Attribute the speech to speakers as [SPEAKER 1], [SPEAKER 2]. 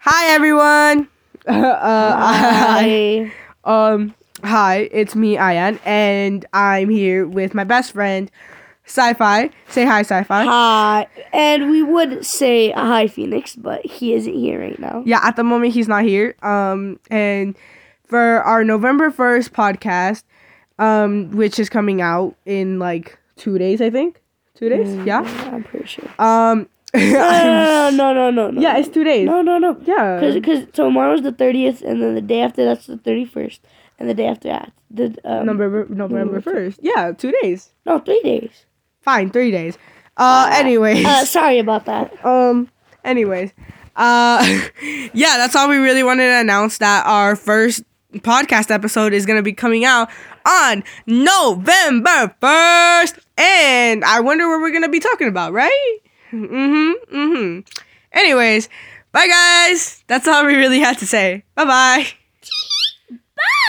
[SPEAKER 1] Hi everyone. uh, I,
[SPEAKER 2] Hi.
[SPEAKER 1] um hi, it's me Ayan and I'm here with my best friend Sci-Fi. Say hi Sci-Fi.
[SPEAKER 2] Hi. And we would say hi, Phoenix, but he isn't here right now.
[SPEAKER 1] Yeah, at the moment he's not here. Um and for our November 1st podcast um which is coming out in like 2 days I think. 2 days?
[SPEAKER 2] Mm.
[SPEAKER 1] Yeah.
[SPEAKER 2] I'm pretty sure.
[SPEAKER 1] Um
[SPEAKER 2] No, no, no, no, no.
[SPEAKER 1] Yeah, it's 2 days.
[SPEAKER 2] no, no, no.
[SPEAKER 1] Yeah.
[SPEAKER 2] Because because tomorrow's the thirtieth, and then the day after that's the thirty first, and the day after that the um,
[SPEAKER 1] November November 1st. Yeah, 2 days.
[SPEAKER 2] no three days.
[SPEAKER 1] Fine, 3 days. Uh anyways.
[SPEAKER 2] Uh, sorry about that.
[SPEAKER 1] Um. Anyways, uh, yeah, that's all we really wanted to announce. That our first podcast episode is gonna be coming out on November first, and I wonder what we're gonna be talking about, right? Mm-hmm. Mm-hmm. Anyways, bye guys. That's all we really had to say. Bye bye.